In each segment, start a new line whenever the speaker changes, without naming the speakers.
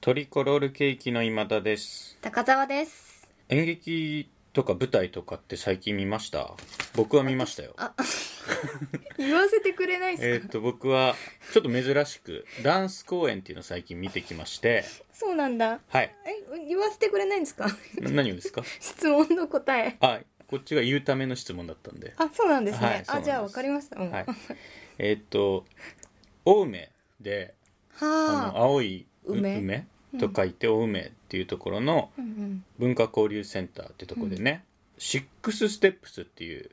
トリコロールケーキの今田です
高澤です
演劇とか舞台とかって最近見ました僕は見ましたよ
あ言わせてくれないですか、
えーっと僕はちょっと珍しくダンス公演っていうのを最近見てきまして
そうなんだ
はい
え言わせてくれないんですか
な何をですか
質問の答え
あこっちが言うための質問だったんで
あそうなんですね、
はいそうなん
あ
です
じゃあわかりましたうん
はい
は
えーっと青梅であの
あ
青い梅
梅
梅と書いて青梅っていうところの
うんうん
文化交流センターってとこでね、シックスステップスっていう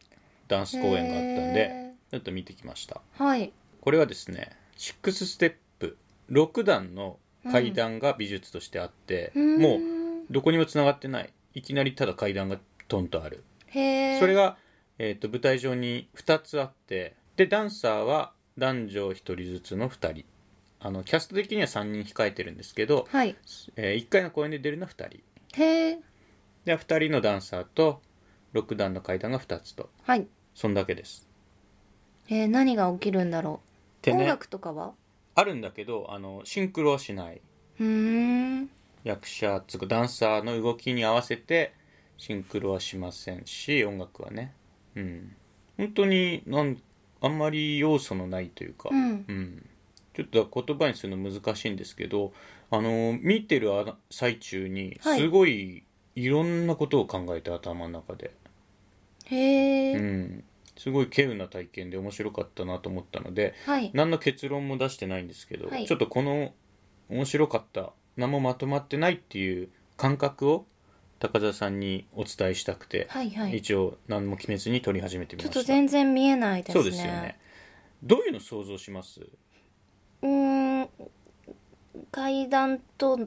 ダンス公演があったんで
へ
ちょっと見てきました
はい
これはですねシックスステップ6段の階段が美術としてあって、
ん
もうどこにもつながってないいきなりただ階段がトンとある、
へえ
それが、えー、と舞台上に2つあってでダンサーは男女1人ずつの2人あのキャスト的には3人控えてるんですけど、
はい
え1回の公演で出るのは2人
へえ
で2人のダンサーと6段の階段が2つと
はい
そんだけです
えー、何が起きるんだろう、
で
音
ね
楽とかは
あるんだけどあのシンクロはしないう
ーん
役者つうかダンサーの動きに合わせてシンクロはしませんし音楽はねうん本当になんあんまり要素のないというか、
うん
ちょっと言葉にするの難しいんですけどあの見てるあ最中に
はい
すごいいろんなことを考えて頭の中で、
へえ、
うん、すごい稀有な体験で面白かったなと思ったので
はい
何の結論も出してないんですけど、
はい
ちょっとこの面白かった何もまとまってないっていう感覚を高田さんにお伝えしたくて、
はいはいち
一応何も決めずに撮り始めてみ
ょ
ま
っ
した
と全然見えないです
そ
ね
うですよねどういうの想像します
うーん階段と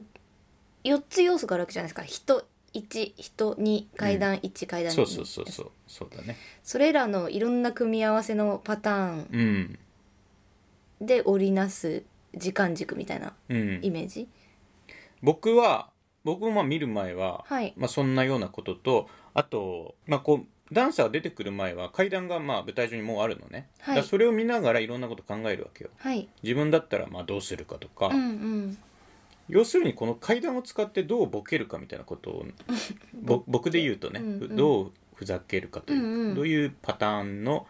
4つ要素があるわけじゃないですか人1人2階段1、階段2
そうそうそうそうそうだね
それらのいろんな組み合わせのパターン
うん
で織りなす時間軸みたいな
うん
イメージ、
僕は僕もまあ見る前は、
はい
まあ、そんなようなこととあと、まあ、こうダンサーが出てくる前は階段がまあ舞台上にもうあるのね、
はい
だからそれを見ながらいろんなこと考えるわけよ
はい
自分だったらまあどうするかとか、
うんうん
要するにこの階段を使ってどうボケるかみたいなこと をぼ僕で言うとね、
うんうん
どうふざけるかというか、
うんうん
どういうパターンの、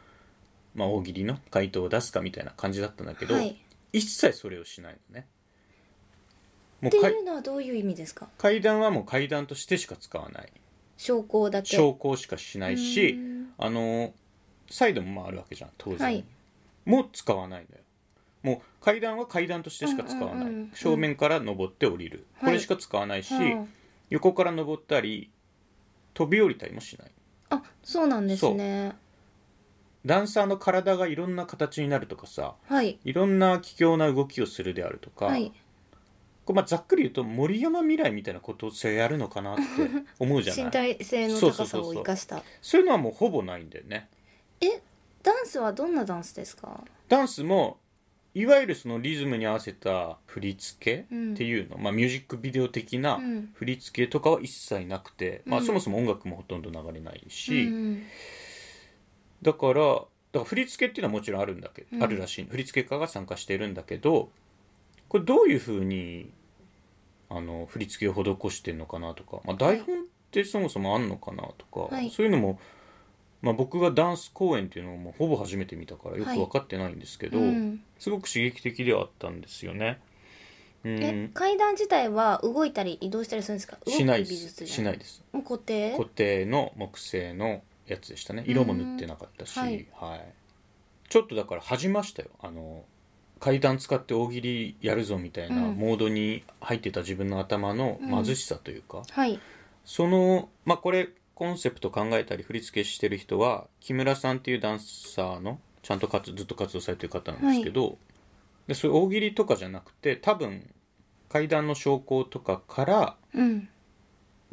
まあ、大喜利の回答を出すかみたいな感じだったんだけど、
はい
一切それをしないのね。も
って
うかい
いうのはどういう意味ですか
階段はもう階段としてしか使わない
証拠だけ
昇降しかしないし
うん
あのサイドもまああるわけじゃん当然、
はい
もう使わないのよもう階段は階段としてしか使わない、
うんうんうんうん
正面から登って降りる、
はい
これしか使わないし、
うん
横から登ったり飛び降りたりもしない
あそうなんですね
ダンサーの体がいろんな形になるとかさ
はい
いろんな奇妙な動きをするであるとか、
はい
これまあざっくり言うと森山未来みたいなことをやるのかなって思うじゃない
身体性の高さを生かした
そういうのはもうほぼないんだよね
えダンスはどんなダンスですか
ダンスもいわゆるそのリズムに合わせた振り付けっていうの、まあ、ミュージックビデオ的な
うん
振り付けとかは一切なくて、まあ、
うん
そもそも音楽もほとんど流れないし、
うん
だからだから振り付けっていうのはもちろんあるんだけど、
うん
あるらしい振り付け家が参加しているんだけどこれどういうふうにあの振り付けを施してるのかなとか、まあ、台本ってそもそもあんのかなとか、
はい
そういうのも、まあ、僕がダンス公演っていうのをもうほぼ初めて見たからよく
はい
分かってないんですけど、
うん
すごく刺激的ではあったんですよね。う
え
ん
階段自体は動いたり移動したりするんですか動く
しない
美
で
術
す
じゃ
しないです
もう固定
固定の木製のやつでしたね色も塗ってなかったし、
うん
は
はいい
ちょっとだから恥じましたよあの階段使って大喜利やるぞみたいな
うん
モードに入ってた自分の頭の
うん
貧しさというか、
はい
そのまあこれコンセプト考えたり振り付けしてる人は木村さんっていうダンサーのちゃんと活ずっと活動されてる方なんですけど、でそういう大喜利とかじゃなくて多分階段の昇降とかから
うん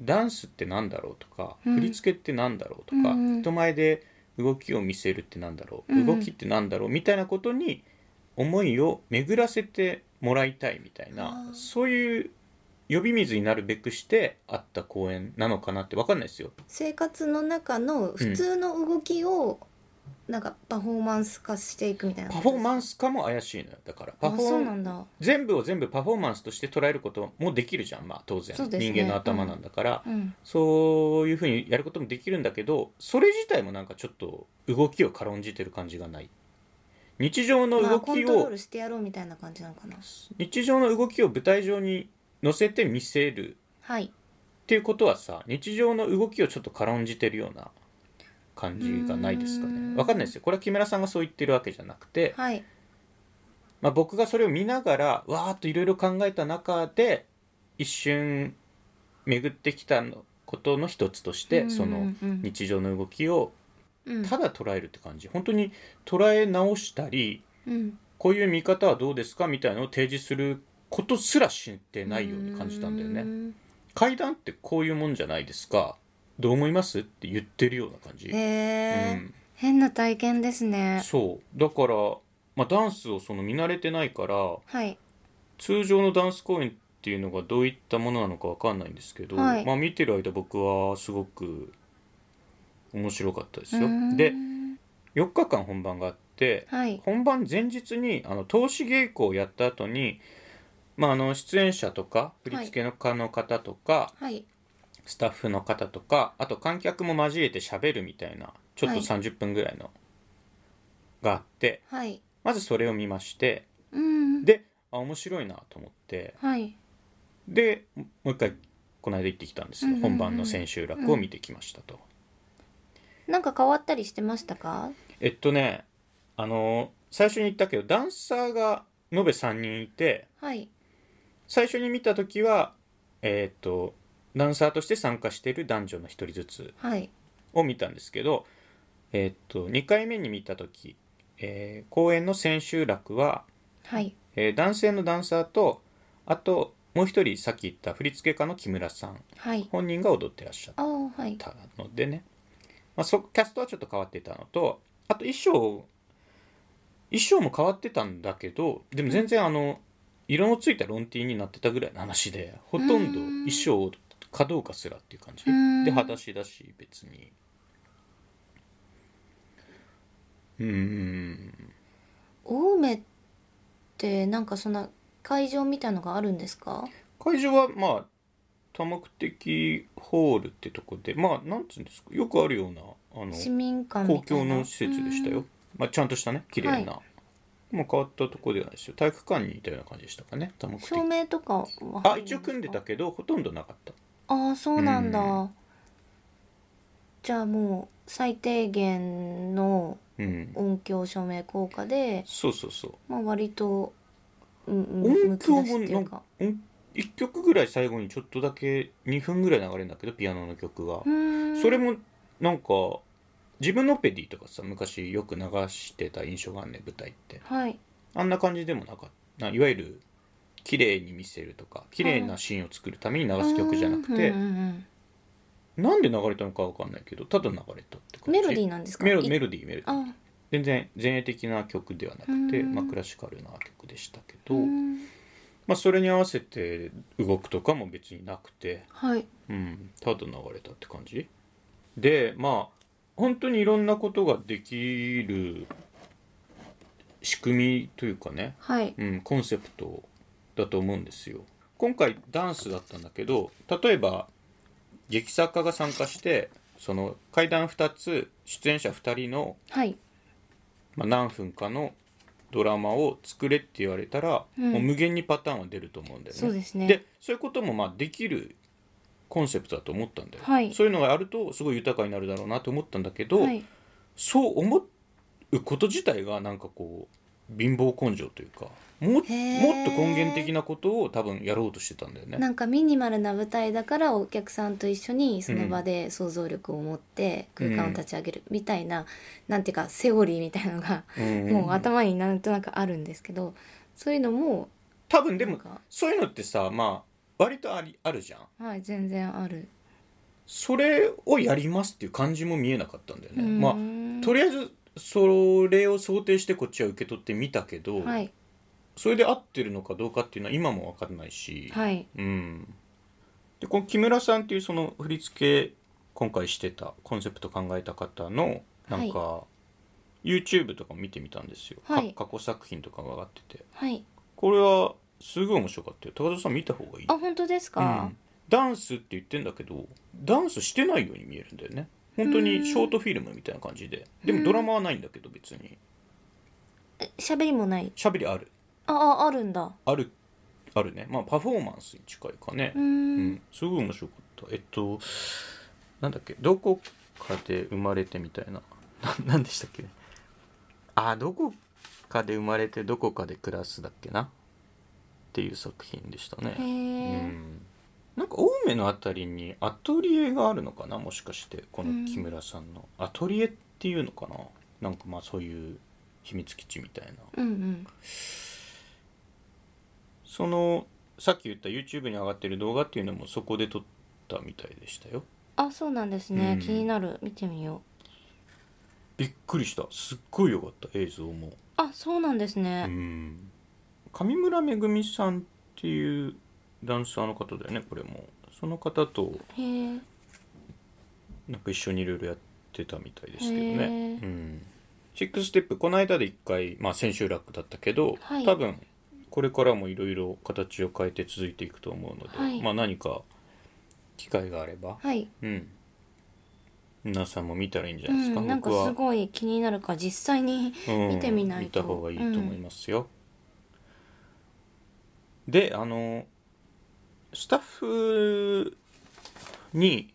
ダンスってなんだろうとか、
うん
振り付けってなんだろうとか、
うんうん
人前で動きを見せるってなんだろう、
うんう
動
ん
きってなんだろうみたいなことに思いを巡らせてもらいたいみたいな
あー
そういう呼び水になるべくしてあった公演なのかなって分かんないですよ。
生活の中の普通の動きをなんかパフォーマンス化していくみたいな
パフォーマン
ス
ス化も怪しいのよだからパ
あ
フォ
そう
ー
なんだ
全部を全部パフォーマンスとして捉えることもできるじゃんまあ当然、
そうですね
人間の頭なんだから、
うん
そういうふうにやることもできるんだけどそれ自体もなんかちょっと動きを軽んじてる感じがない日常の
まあ
動
コン
き
トロ
を
ールしてやろうみたいな感じなのかな
日常の動きを舞台上に乗せて見せる
はい
っていうことはさ日常の動きをちょっと軽んじてるような感じがないですか
うーん
ねわかんないですよこれは木村さんがそう言ってるわけじゃなくて、
はい
まあ、僕がそれを見ながらわーっといろいろ考えた中で一瞬巡ってきたのことの一つとして、
うん
その
うん
日常の動きを
うん
ただ捉えるって感じ本当に捉え直したり
うん
こういう見方はどうですかみたいなのを提示することすら知ってないように感じたんだよね。
ね
階段ってこういうもんじゃないですかどう思いますって言ってるような感じ、
へえ、
うん
変な体験ですね
そうだから、まあ、ダンスをその見慣れてないから
はい
通常のダンス公演っていうのがどういったものなのかわかんないんですけど、
はい
まあ見てる間僕はすごく面白かったですよ
うーん
で4日間本番があって
はい
本番前日にあの投資稽古をやった後にまああの出演者とか振り付けの家の方とか、
はい
スタッフの方とかあと観客も交えて喋るみたいなちょっ
は
と
い
30分ぐらいの、があって
はい
まずそれを見まして
うん
であ面白いなと思って
はい
でもう一回この間行ってきたんですよ、
うんうんうん
本番の千秋楽を見てきましたと、
なんか変わったりしてましたか
えっとねあの最初に言ったけどダンサーが延べ3人いて
はい
最初に見た時はえーっとダンサーとして参加している男女の1人ずつ
はい
を見たんですけど、えーっと2回目に見た時、えー公演の千秋楽は、
はい
えー男性のダンサーとあともう一人さっき言った振付家の木村さん
はい
本人が踊ってらっしゃっ
あーはい
たのでね、まあ、そキャストはちょっと変わってたのとあと衣装衣装も変わってたんだけどでも全然あの色のついたロンティーになってたぐらいの話でほとんど衣装かどうかすらっていう感じ
うん
で裸足だし別にうーん
青梅ってなんかそんな会場みたいのがあるんですか
会場はまあ多目的ホールってとこでまあなんつうんですかよくあるようなあの
市民館み
公
たい
共
な
の施設でしたよ、まあ、ちゃんとしたね綺麗な、もう変わったとこではないですよ体育館にいたような感じでしたかね多
う
目
ん
的
照明とかは入るですか
あ一応組んでたけどほとんどなかった
ああそうなんだ、
う
じゃあもう最低限の
うん
音響照明効果で、
そうそうそう
まあ、割と、うんうん、
音
むき出
響
し
も
ってい
な
うんか
か1曲ぐらい最後にちょっとだけ2分ぐらい流れるんだけどピアノの曲が
う、ーん
それもなんか自分のオペディとかさ昔よく流してた印象があんね舞台って
はい
あんな感じでもなかったないわゆる綺麗に見せるとか綺麗なシーンを作るために流す曲じゃなくて
うんうんうん
なんで流れたのかわかんないけどただ流れたって感じ
メロディーなんですか
メロメ
い
ロディーメロディー
あ
全然前衛的な曲ではなくて、
うん
まあ、クラシカルな曲でしたけ
う
ど、
ん
まあ、それに合わせて動くとかも別になくて、
はい
うん、ただ流れたって感じでまあ本当にいろんなことができる仕組みというかね、
はい
うん、コンセプトだと思うんですよ今回ダンスだったんだけど例えば劇作家が参加してその階段2つ出演者2人の、
はい
まあ、何分かのドラマを作れって言われたら、
うん
もう無限にパターンは出ると思うんだよね。
そうですね
でそういうこともまあできるコンセプトだと思ったんだよ、
はい
そういうのがあるとすごい豊かになるだろうなと思ったんだけど、
はい
そう思うこと自体がなんかこう貧乏根性というかももっと
へー
根源的なことを多分やろうとしてたんだよね。
なんかミニマルな舞台だからお客さんと一緒にその場で想像力を持って空間を立ち上げるみたいな、なんていうかセオリーみたいなのが
うん
もう頭になんとなくあるんですけどそういうのも
多分で
なん
も
か
そういうのってさまあ割とありあるじゃん。
はい全然ある。
それをやりますっていう感じも見えなかったんだよね。まあ
ま
とりあえずそれを想定してこっちは受け取ってみたけど、
はい
それで合ってるのかどうかっていうのは今も分かんないし、
はい
うん、でこの木村さんっていうその振り付け今回してたコンセプト考えた方のなんか、い、 YouTube とかも見てみたんですよ、か
はい
過去作品とかが上がってて
はい
これはすごい面白かったよ高田さん見た方がいい
あ本当です
う
か
ん、ダンスって言ってんだけどダンスしてないように見えるんだよね本当にショートフィルムみたいな感じでで
う
も
ん
ドラマはないんだけど別に
喋りもない
喋りある
あああるんだ
あるあるねまあパフォーマンスに近いかね
うーん
うんすごい面白かったえっとなんだっけどこかで生まれてみたいな ななんでしたっけあどこかで生まれてどこかで暮らすだっけなっていう作品でしたね
へえ、
うんなんか青梅のあたりにアトリエがあるのかなもしかしてこの木村さんの、アトリエっていうのかななんかまあそういう秘密基地みたいな
うんうん
そのさっき言った YouTube に上がってる動画っていうのもそこで撮ったみたいでしたよ
あそうなんですね、
うん
気になる見てみよ
びっくりしたすっごい良かった映像も
うあそうなんですね、
うん上村めぐみさんっていうダンサーの方だよねこれもその方と
へえ
なんか一緒にいろいろやってたみたいですけどね
へー
うんシックステップこの間で1回、まあ、千秋楽だったけど、
はい
多分これからもいろいろ形を変えて続いていくと思うので、
はい
まあ何か機会があれば、
はい、
うん、皆さんも見たらいいんじゃな
う
いですか、
ん、なんか
僕は
すごい気になるから実際に
うん
見てみないと
見た方がいいと思いますよ、であのスタッフに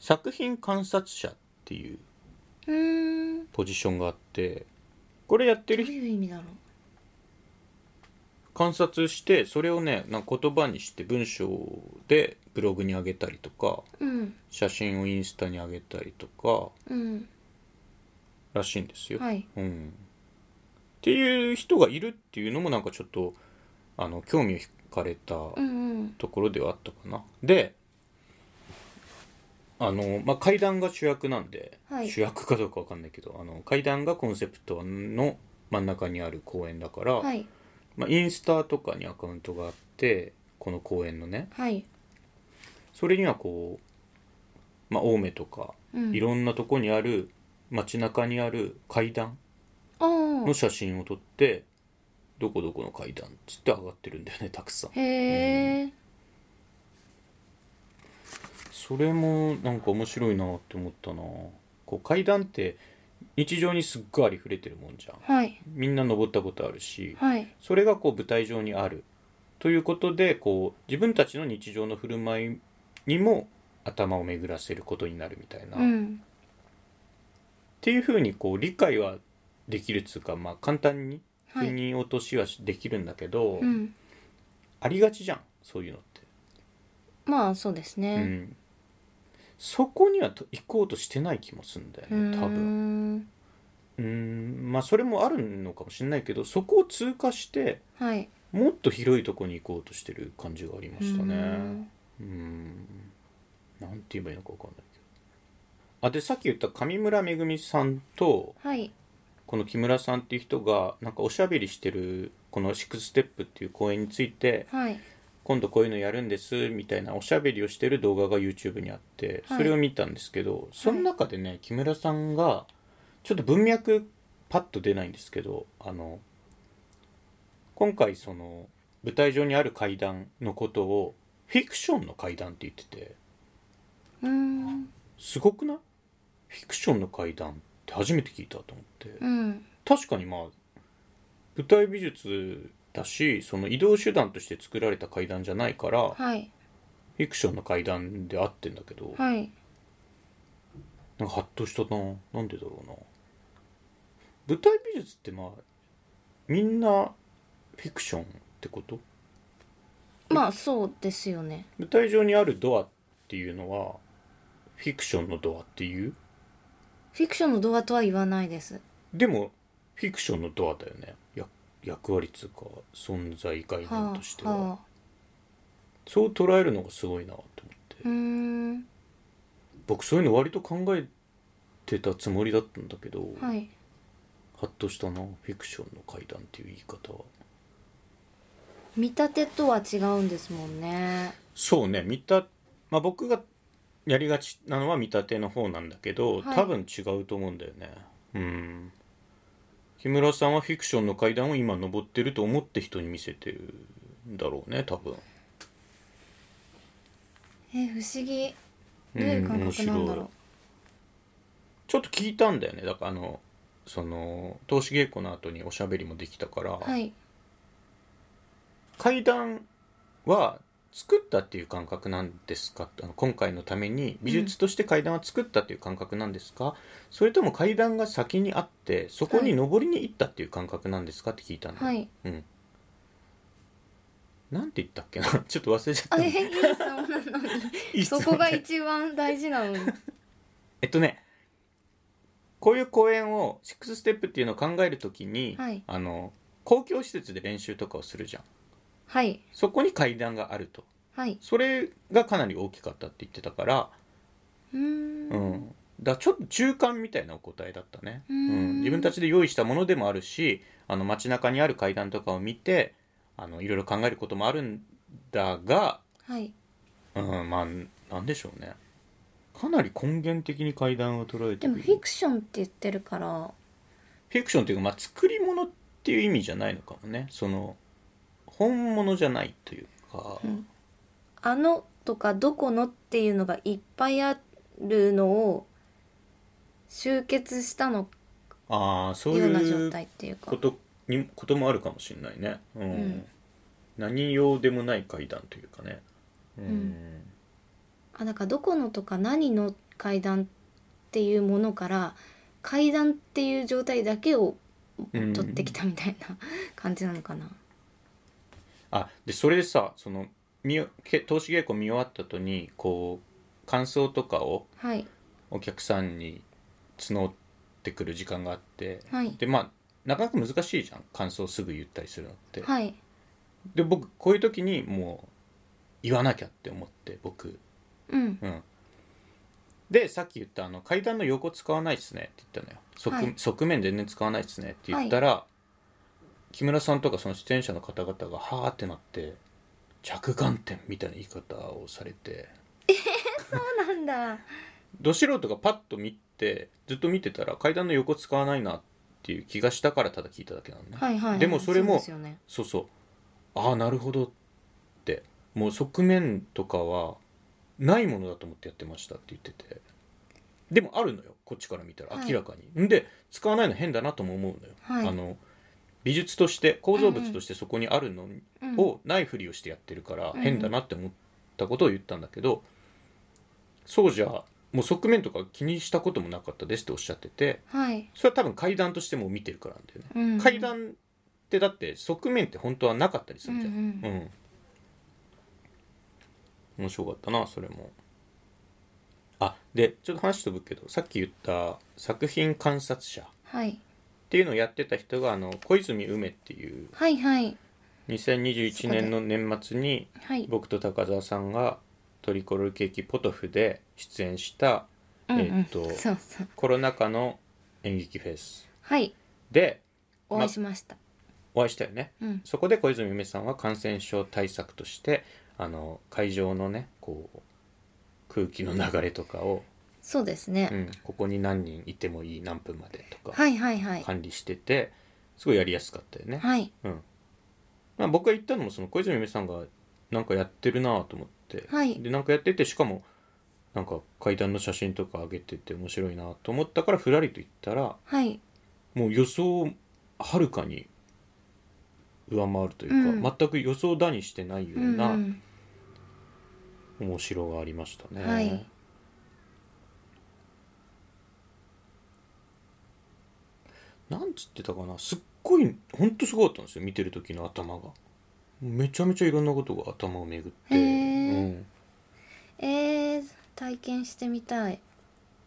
作品観察者っていう
うーん
ポジションがあってこれやってる
どう
人
いう意味だろう
観察してそれをねなんか言葉にして文章でブログに上げたりとか
うん
写真をインスタに上げたりとか
うん
らしいんですよ、
はい
うん、っていう人がいるっていうのもなんかちょっとあの興味を惹かれた
うんうん
ところではあったかな。であの、まあ、階段が主役なんで、
はい
主役かどうかわかんないけどあの階段がコンセプトの真ん中にある公園だから、
はい
まあ、インスタとかにアカウントがあってこの公園のね
はい
それにはこう、まあ、青梅とか
うん
いろんなとこにある街中にある階段
あ
の
ー
写真を撮ってどこどこの階段っつって上がってるんだよねた くさん
へえ
それもなんか面白いなって思ったなこう階段って日常にすっごいありふれてるもんじゃん
はい
みんな登ったことあるし
はい
それがこう舞台上にあるということでこう自分たちの日常の振る舞いにも頭を巡らせることになるみたいな、
う
っ
ん
ていうふうにこう理解はできるっつうかまあ簡単に
は
腑
い
に落としはしできるんだけど、
うん
ありがちじゃんそういうのって。
まあそうです
う
ね
ん、そこにはと行こうとしてない気もするんだよ
うーん
ね多分うんまあそれもあるのかもしれないけどそこを通過して
はい
もっと広いとこに行こうとしてる感じがありましたね
う
うんなんて言えばいいのか分かんないけどあでさっき言った上村めぐみさんと
はい
この木村さんっていう人がなんかおしゃべりしてるこの「シックステップ」っていう公演について
はい
今度こういうのやるんですみたいなおしゃべりをしてる動画が YouTube にあって
はい
それを見たんですけど、その中でね木村さんがちょっと文脈パッと出ないんですけどあの今回その舞台上にある階段のことをフィクションの階段って言ってて
うーん
すごくないフィクションの階段って初めて聞いたと思って。
うん
確かにまあ舞台美術だしその移動手段として作られた階段じゃないから、
はい
フィクションの階段であってんだけど、
はい
なんかハッとしたななんでだろうな舞台美術ってまあみんなフィクションってこと
まあそうですよね
舞台上にあるドアっていうのはフィクションのドアっていう
フィクションの動画とは言わないです
でもフィクションのドアだよねや役割っつうか存在概念
は
として
あ
は、
はあ
そう捉えるのがすごいなと思って
うーん
僕そういうの割と考えてたつもりだったんだけど、
はい
ハッとしたなフィクションの階段っていう言い方は
見立てとは違うんですもんね
そうね見た、まあ、僕がやりがちなのは見立ての方なんだけど、
はい
多分違うと思うんだよねううん木村さんはフィクションの階段を今登ってると思って人に見せてるんだろうね多分
え不思議どういう感覚なんだ
面白
ろう、
いちょっと聞いたんだよねだからあのその投資稽古の後におしゃべりもできたから、
はい
階段は作ったっていう感覚なんですかあの今回のために美術として階段は作ったっていう感覚なんですか、それとも階段が先にあってそこに登りに行ったっていう感覚なんですかって聞いたんだ、
はい
うんなんて言ったっけな ちょっと忘れちゃった
あ
な
えいい質問なのに
いい質
そ
問
こが一番大事なのに
えっとねこういう公演を6ステップっていうのを考えるときに、
はい
あの公共施設で練習とかをするじゃん
はい
そこに階段があると
はい
それがかなり大きかったって言ってたから
うーん
うん、だからちょっと中間みたいなお答えだったね、
う
うんん自分たちで用意したものでもあるしあの街中にある階段とかを見てあのいろいろ考えることもあるんだが、
はい
うん、まあなんでしょうねかなり根源的に階段を捉えてく
でも
る
フィクションって言ってるから
フィクションというか、まあ、作り物っていう意味じゃないのかもねその本物じゃないというか、
うん「あの」とか「どこの」っていうのがいっぱいあるのを集結したの
ああそう
ような
いう
状態っていうか
ことにこともあるかもしれないね、うん
うん
何用でもない階段というかね、うん
んあなんか「どこの」とか「何の」階段っていうものから階段っていう状態だけを
うん
取ってきたみたいな感じなのかな。
あでそれでさその見よけ投資稽古見終わった後にこう感想とかを
はい
お客さんに募ってくる時間があって、
はい
でまあなかなか難しいじゃん感想をすぐ言ったりするのって、
はい
で僕こういう時にもう言わなきゃって思って僕
うん
うんでさっき言ったあの階段の横使わないっすねって言ったのよ側,、
はい
側面全然使わないっすねって言ったら、木村さんとかその出演者の方々がはーってなって着眼点みたいな言い方をされて
そうなんだ。
ど素人がパッと見てずっと見てたら階段の横使わないなっていう気がしたからただ聞いただけなのね、
はいはい。
でもそれも
うですよね。
そうそうああなるほどってもう側面とかはないものだと思ってやってましたって言っててでもあるのよこっちから見たら
はい
明らかに、んで使わないの変だなとも思うのよ、
はい
あの美術として構造物としてそこにあるの
うん
をないふりをしてやってるから
うん
変だなって思ったことを言ったんだけど、そうじゃもう側面とか気にしたこともなかったですっておっしゃってて
はい。
それは多分階段としても見てるからなんだよね
うん
階段ってだって側面って本当はなかったりするじゃん、
うんうん
面白かったなそれもあでちょっと話飛ぶけどさっき言った作品観察者っ
はい
ていうのをやってた人があの小泉梅っていう
はいはい
2021年の年末に
はい。
僕と高澤さんがトリコロールケーキポトフで出演した
うんうん
えーっと
そうそう
コロナ禍の演劇フェス
はい
で
お会いしました。
お会いしたよね
うん
そこで小泉梅さんは感染症対策としてあの会場のねこう空気の流れとかを、
そうで
う
すね。
ん、ここに何人いてもいい何分までとか
はいはいはい
管理しててすごいやりやすかったよね、
はい
うんまあ、僕が行ったのもその小泉梅さんがなんかやってるなぁと思って、
はい
でなんかやっててしかもなんか階段の写真とか上げてて面白いなぁと思ったからふらりと行ったら
はい
もう予想をはるかに上回るというか、
う
全く予想だにしてないよ
う
うん
う
なん面白がありましたね、
はい
なんつってたかなすっごいほんとすごかったんですよ見てる時の頭がめちゃめちゃいろんなことが頭を巡って、
へ
う
ー
ん、
えー、体験してみたい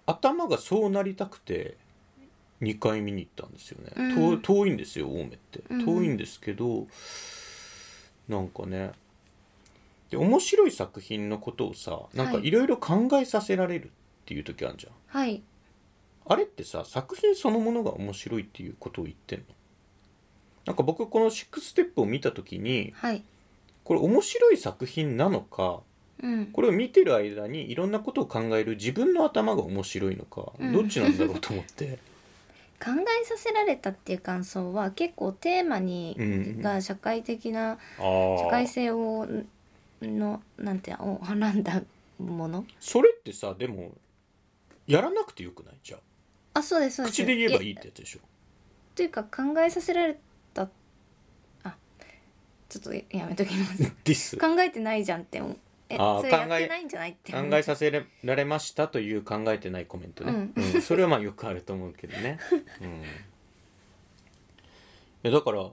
頭がそうなりたくて2回見に行ったんですよね、
うん
遠遠いんですよ青梅って
うん
遠いんですけど、なんかねで面白い作品のことをさなんか
はい
いろいろ考えさせられるっていう時あるじゃん、
はい
あれってさ作品そのものが面白いっていうことを言ってんのなんか僕この「6ステップ」を見た時に
はい
これ面白い作品なのか
うん
これを見てる間にいろんなことを考える自分の頭が面白いのか、
うん
どっちなんだろうと思って
考えさせられたっていう感想は結構テーマに、
うん
が社会的な
あー
社会性をのなんてをはらんだもの
それってさでもやらなくてよくないじゃ
あそうですそ
あ
うです
口で言えばいい
や
ってやつでしょ
というか考えさせられたあちょっとやめときます
ディス考
考えてないじゃんって思うえ
あー
それやっ
考え
てないんじゃないって思う
えさせられましたという考えてないコメントね、
う
うんそれはまあよくあると思うけど ね、うん、いやだから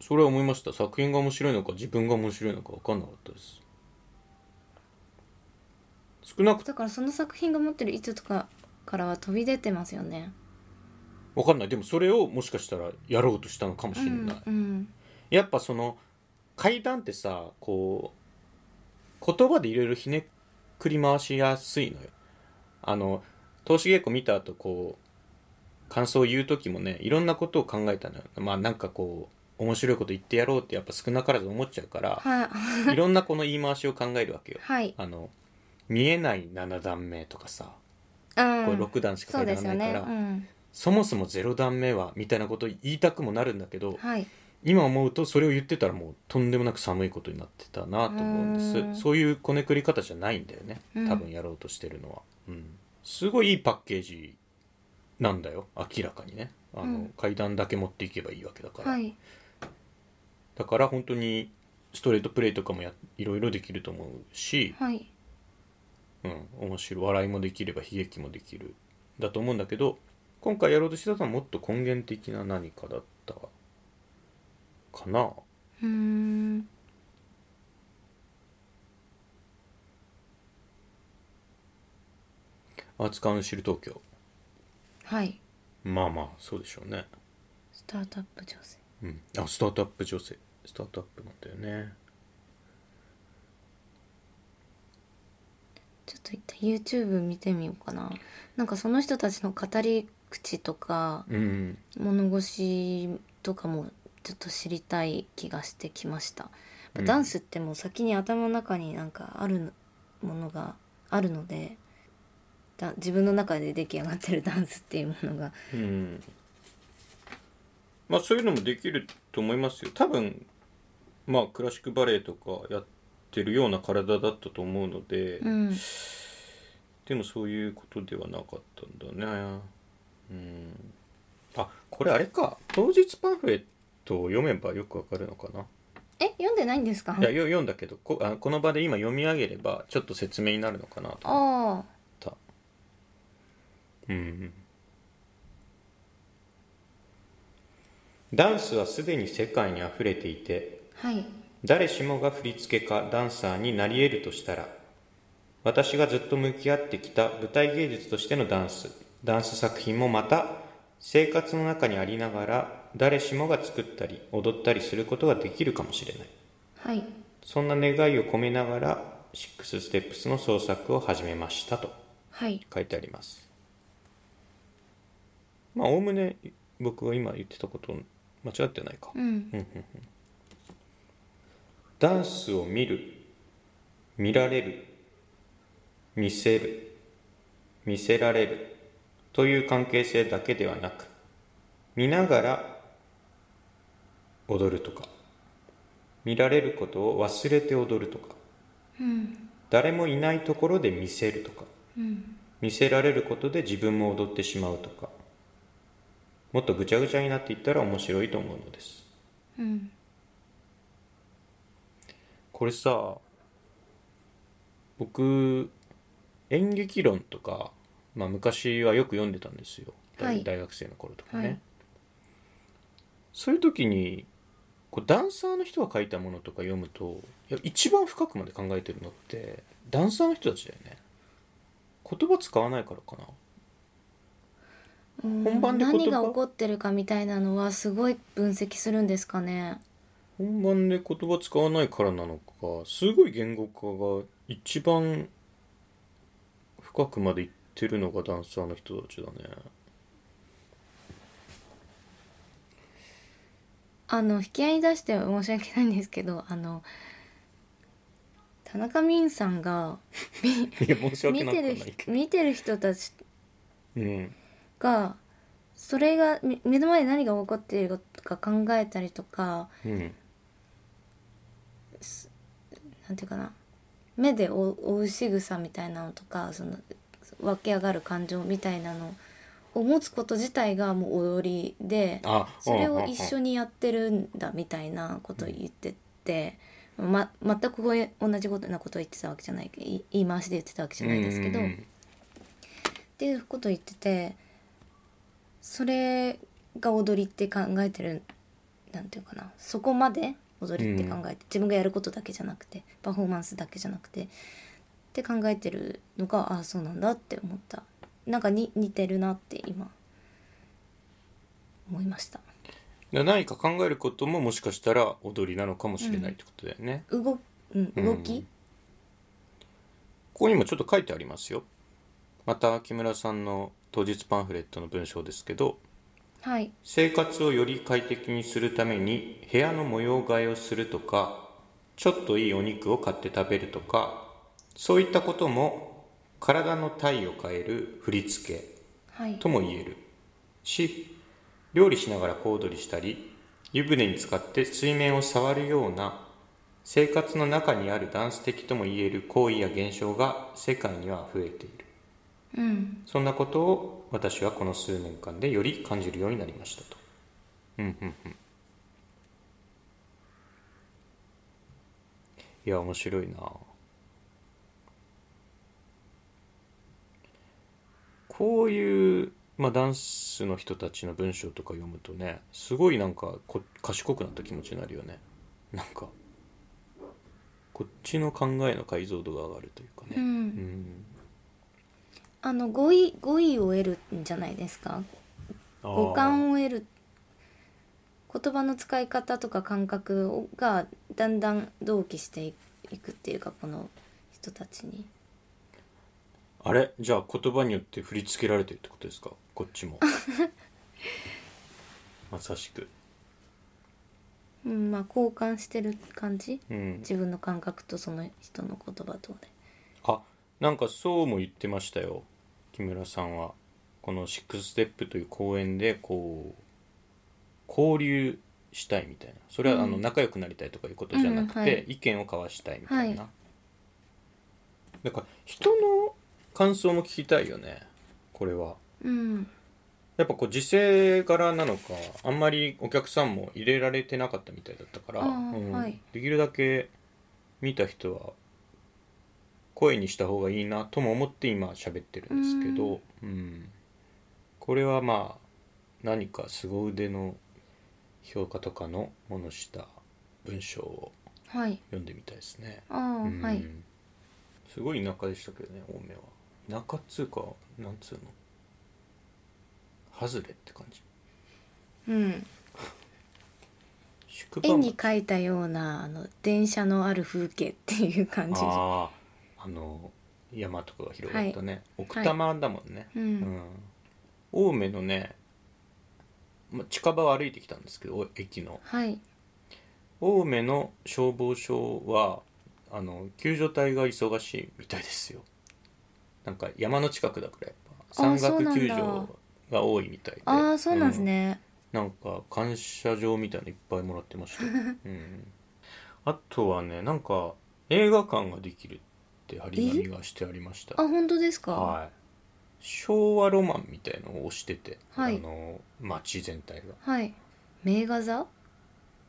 それは思いました作品が面白いのか自分が面白いのか分かんなかったです少なく
だからその作品が持ってる意図とかからは飛び出てますよね
分かんないでもそれをもしかしたらやろうとしたのかもしれない、
うんうん
やっぱその階段ってさこう言葉でいろいろひねくり回しやすいのよあの投資稽古見た後こう感想を言う時もねいろんなことを考えたのよまあなんかこう面白いこと言ってやろうってやっぱ少なからず思っちゃう から
はい
いろんなこの言い回しを考えるわけよ
はい、
あの見えない7段目とかさ
うん、
これ6段しか
そ
書
う
いて
で
あら
す
な
よ
いか
ね
ら、
うん
そもそも0段目はみたいなことを言いたくもなるんだけど、
はい
今思うとそれを言ってたらもうとんでもなく寒いことになってたなと思うんです
うん
そういうこねくり方じゃないんだよね
うん
多分やろうとしてるのは、うんすごいいいパッケージなんだよ明らかにねあの、
うん
階段だけ持っていけばいいわけだから、
はい
だから本当にストレートプレイとかもやいろいろできると思うし、
はい
うん、面白い笑いもできれば悲劇もできるだと思うんだけど今回やろうとしてたのはもっと根源的な何かだったかな
うーん
アーツカウンシル東京
はい
まあまあそうでしょうね、
スタートアップ女性
うん、あスタートアップ女性スタートアップなんだよね
ちょっと一旦 YouTube 見てみようかななんかその人たちの語り口とか
うん
物腰とかもちょっと知りたい気がしてきました、
うん
ダンスってもう先に頭の中になんかあるものがあるのでだ自分の中で出来上がってるダンスっていうものが
うんまあそういうのもできると思いますよ多分まあクラシックバレエとかやってるような体だったと思うので、
うん
でもそういうことではなかったんだねうんあこれあれか当日パンフレットを読めばよくわかるのかな
え読んでないんですか
いやよ読んだけどこあこの場で今読み上げればちょっと説明になるのかなと思って
ああ
ったうんダンスはすでに世界にあふれていて
はい
誰しもが振付家ダンサーになり得るとしたら私がずっと向き合ってきた舞台芸術としてのダンスダンス作品もまた生活の中にありながら誰しもが作ったり踊ったりすることができるかもしれない
はい
そんな願いを込めながら6ステップスの創作を始めましたと
はい
書いてありますまあおおむね僕が今言ってたこと間違ってないか、
うん
ダンスを見る見られる見せる見せられるという関係性だけではなく見ながら踊るとか見られることを忘れて踊るとか、誰もいないところで見せるとか、見せられることで自分も踊ってしまうとかもっとぐちゃぐちゃになっていったら面白いと思うのです
うん
これさ僕演劇論とか、まあ、昔はよく読んでたんですよ、大
はい
大学生の頃とかね、
はい
そういう時にこうダンサーの人が書いたものとか読むといや一番深くまで考えてるのってダンサーの人たちだよね言葉使わないからかな
うん
本番で言葉
何が起こってるかみたいなのはすごい分析するんですかね
本番で言葉使わないからなのかすごい言語化が一番深くまでいってるのがダンサーの人たち だね
あの引き合いに出しては申し訳ないんですけどあの田中泯さんが
いや申し
見
訳なくは
て
な
る
いけど
見てる人たち
うん
がそれがみ目の前で何が起こっているか考えたりとか
うん
なんていうかな目で追う追う仕草みたいなのとかその湧き上がる感情みたいなのを持つこと自体がもう踊りで
あ
それを一緒
に
にやってるんだみたいなことを言ってて、ま、全くこういう同じことなことを言ってたわけじゃないい言い回しで言ってたわけじゃないですけど、っていうことを言っててそれが踊りって考えてるなんていうかなそこまで踊りって考えて、自分がやることだけじゃなくてパフォーマンスだけじゃなくてって考えてるのがああそうなんだって思ったなんかに似てるなって今思いました
で何か考えることももしかしたら踊りなのかもしれないってことだよね、
動,、うん、
うん
動き、
ここにもちょっと書いてありますよまた木村さんの当日パンフレットの文章ですけど
はい
生活をより快適にするために部屋の模様替えをするとかちょっといいお肉を買って食べるとかそういったことも体の体を変える振り付け
はい
とも言えるし料理しながら小躍りしたり湯船に浸かって水面を触るような生活の中にあるダンス的とも言える行為や現象が世界には増えている
うん
そんなことを私はこの数年間でより感じるようになりましたとうんうんうんいや面白いなこういう、まあ、ダンスの人たちの文章とか読むとねすごいなんかこ賢くなった気持ちになるよねなんかこっちの考えの解像度が上がるというか
う
ね
ん
うん
あの語彙語彙を得るんじゃないですか
あー
五感を得る言葉の使い方とか感覚をがだんだん同期していくっていうかこの人たちに
あれじゃあ言葉によって振り付けられてるってことですかこっち もまさしく
うんまあ交換してる感じ
うん
自分の感覚とその人の言葉とで
あなんかそうも言ってましたよ木村さんはこの「シックスステップ」という公演でこう交流したいみたいなそれはあの
うん
仲良くなりたいとかいうことじゃなくて、
うんはい
意見を交わしたいみたいな、
は
だから人の感想も聞きたいよねこれは。
うん
やっぱこう時勢柄なのかあんまりお客さんも入れられてなかったみたいだったから、
あー
うん
はい
できるだけ見た人は声にした方がいいなとも思って今喋ってるんですけど、うんこれはまあ何か凄腕の評価とかのものした文章を
はい
読んでみたいですね。
ああ、
うん
はい
すごい田舎でしたけどね青梅は田舎っつうかなんつうの外れって感じ
うん
宿
絵
場
に描いたようなあの電車のある風景っていう感じ
あああの山とかが広がったね、奥多摩だもんね、
う
うんん青梅のね、ま、近場を歩いてきたんですけど駅の
はい
青梅の消防署はあの救助隊が忙しいみたいですよなんか山の近くだからやっぱ
あ
山
ーそうなん
岳
だ
救助が多いみたいで
ああそうなんですね、
なんか感謝状みたいのいっぱいもらってま したよ、うん、あとはねなんか映画館ができるって張り紙がしてありました
あ本当ですか、
はい昭和ロマンみたいのを推してて、
はい
あの街全体が
はい名画座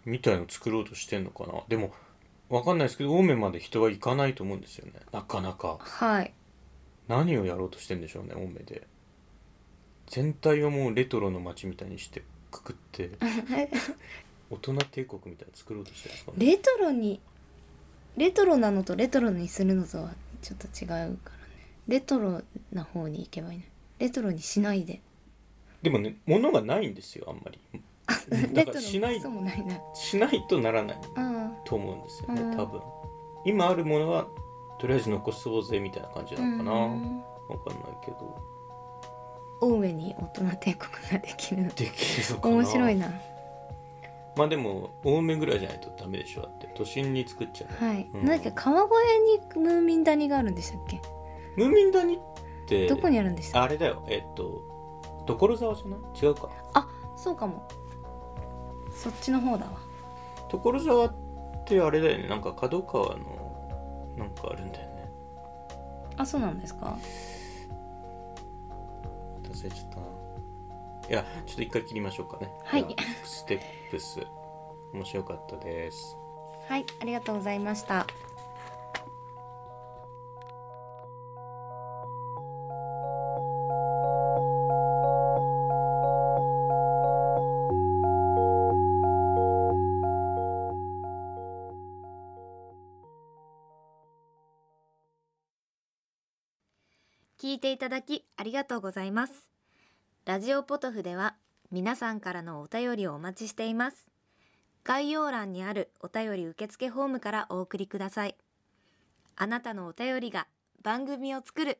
みたいの作ろうとしてんのかなでもわかんないですけど青梅まで人は行かないと思うんですよねなかなか
はい
何をやろうとしてんでしょうね青梅で全体をもうレトロの街みたいにしてくくって 大人帝国みたいなの作ろうとしてるんですかね
レトロにレトロなのとレトロにするのとはちょっと違うからねレトロな方に行けばいいのレトロにしないで
でもね物がないんですよあんま り
あ
だ
レ
か
ト
ら
ロ
しない
そうもないな
しないとならない
あ
と思うんですよね
うん
多分今あるものはとりあえず残そうぜみたいな感じ
あ
なのかな
う
わか
ん
んないけど
青梅に大人帝国ができる
できるのかな
面白いな
まあでも青梅ぐらいじゃないとダメでしょだって都心に作っちゃう
はい、
うん
なんか川越にムーミン谷があるんでしたっけ
ムーミン谷って
どこにあるんでしたっ
あれだよえっと所沢じゃない違うか
そうかもそっちの方だわ
所沢ってあれだよねなんか角川のなんかあるんだよね
あそうなんですか
忘れちゃったないやちょっと一回切りましょうかね
はい
やステップス面白かったです
はいありがとうございました聞いていただきありがとうございますラジオポトフでは皆さんからのお便りをお待ちしています概要欄にあるお便り受付ホームからお送りくださいあなたのお便りが番組を作る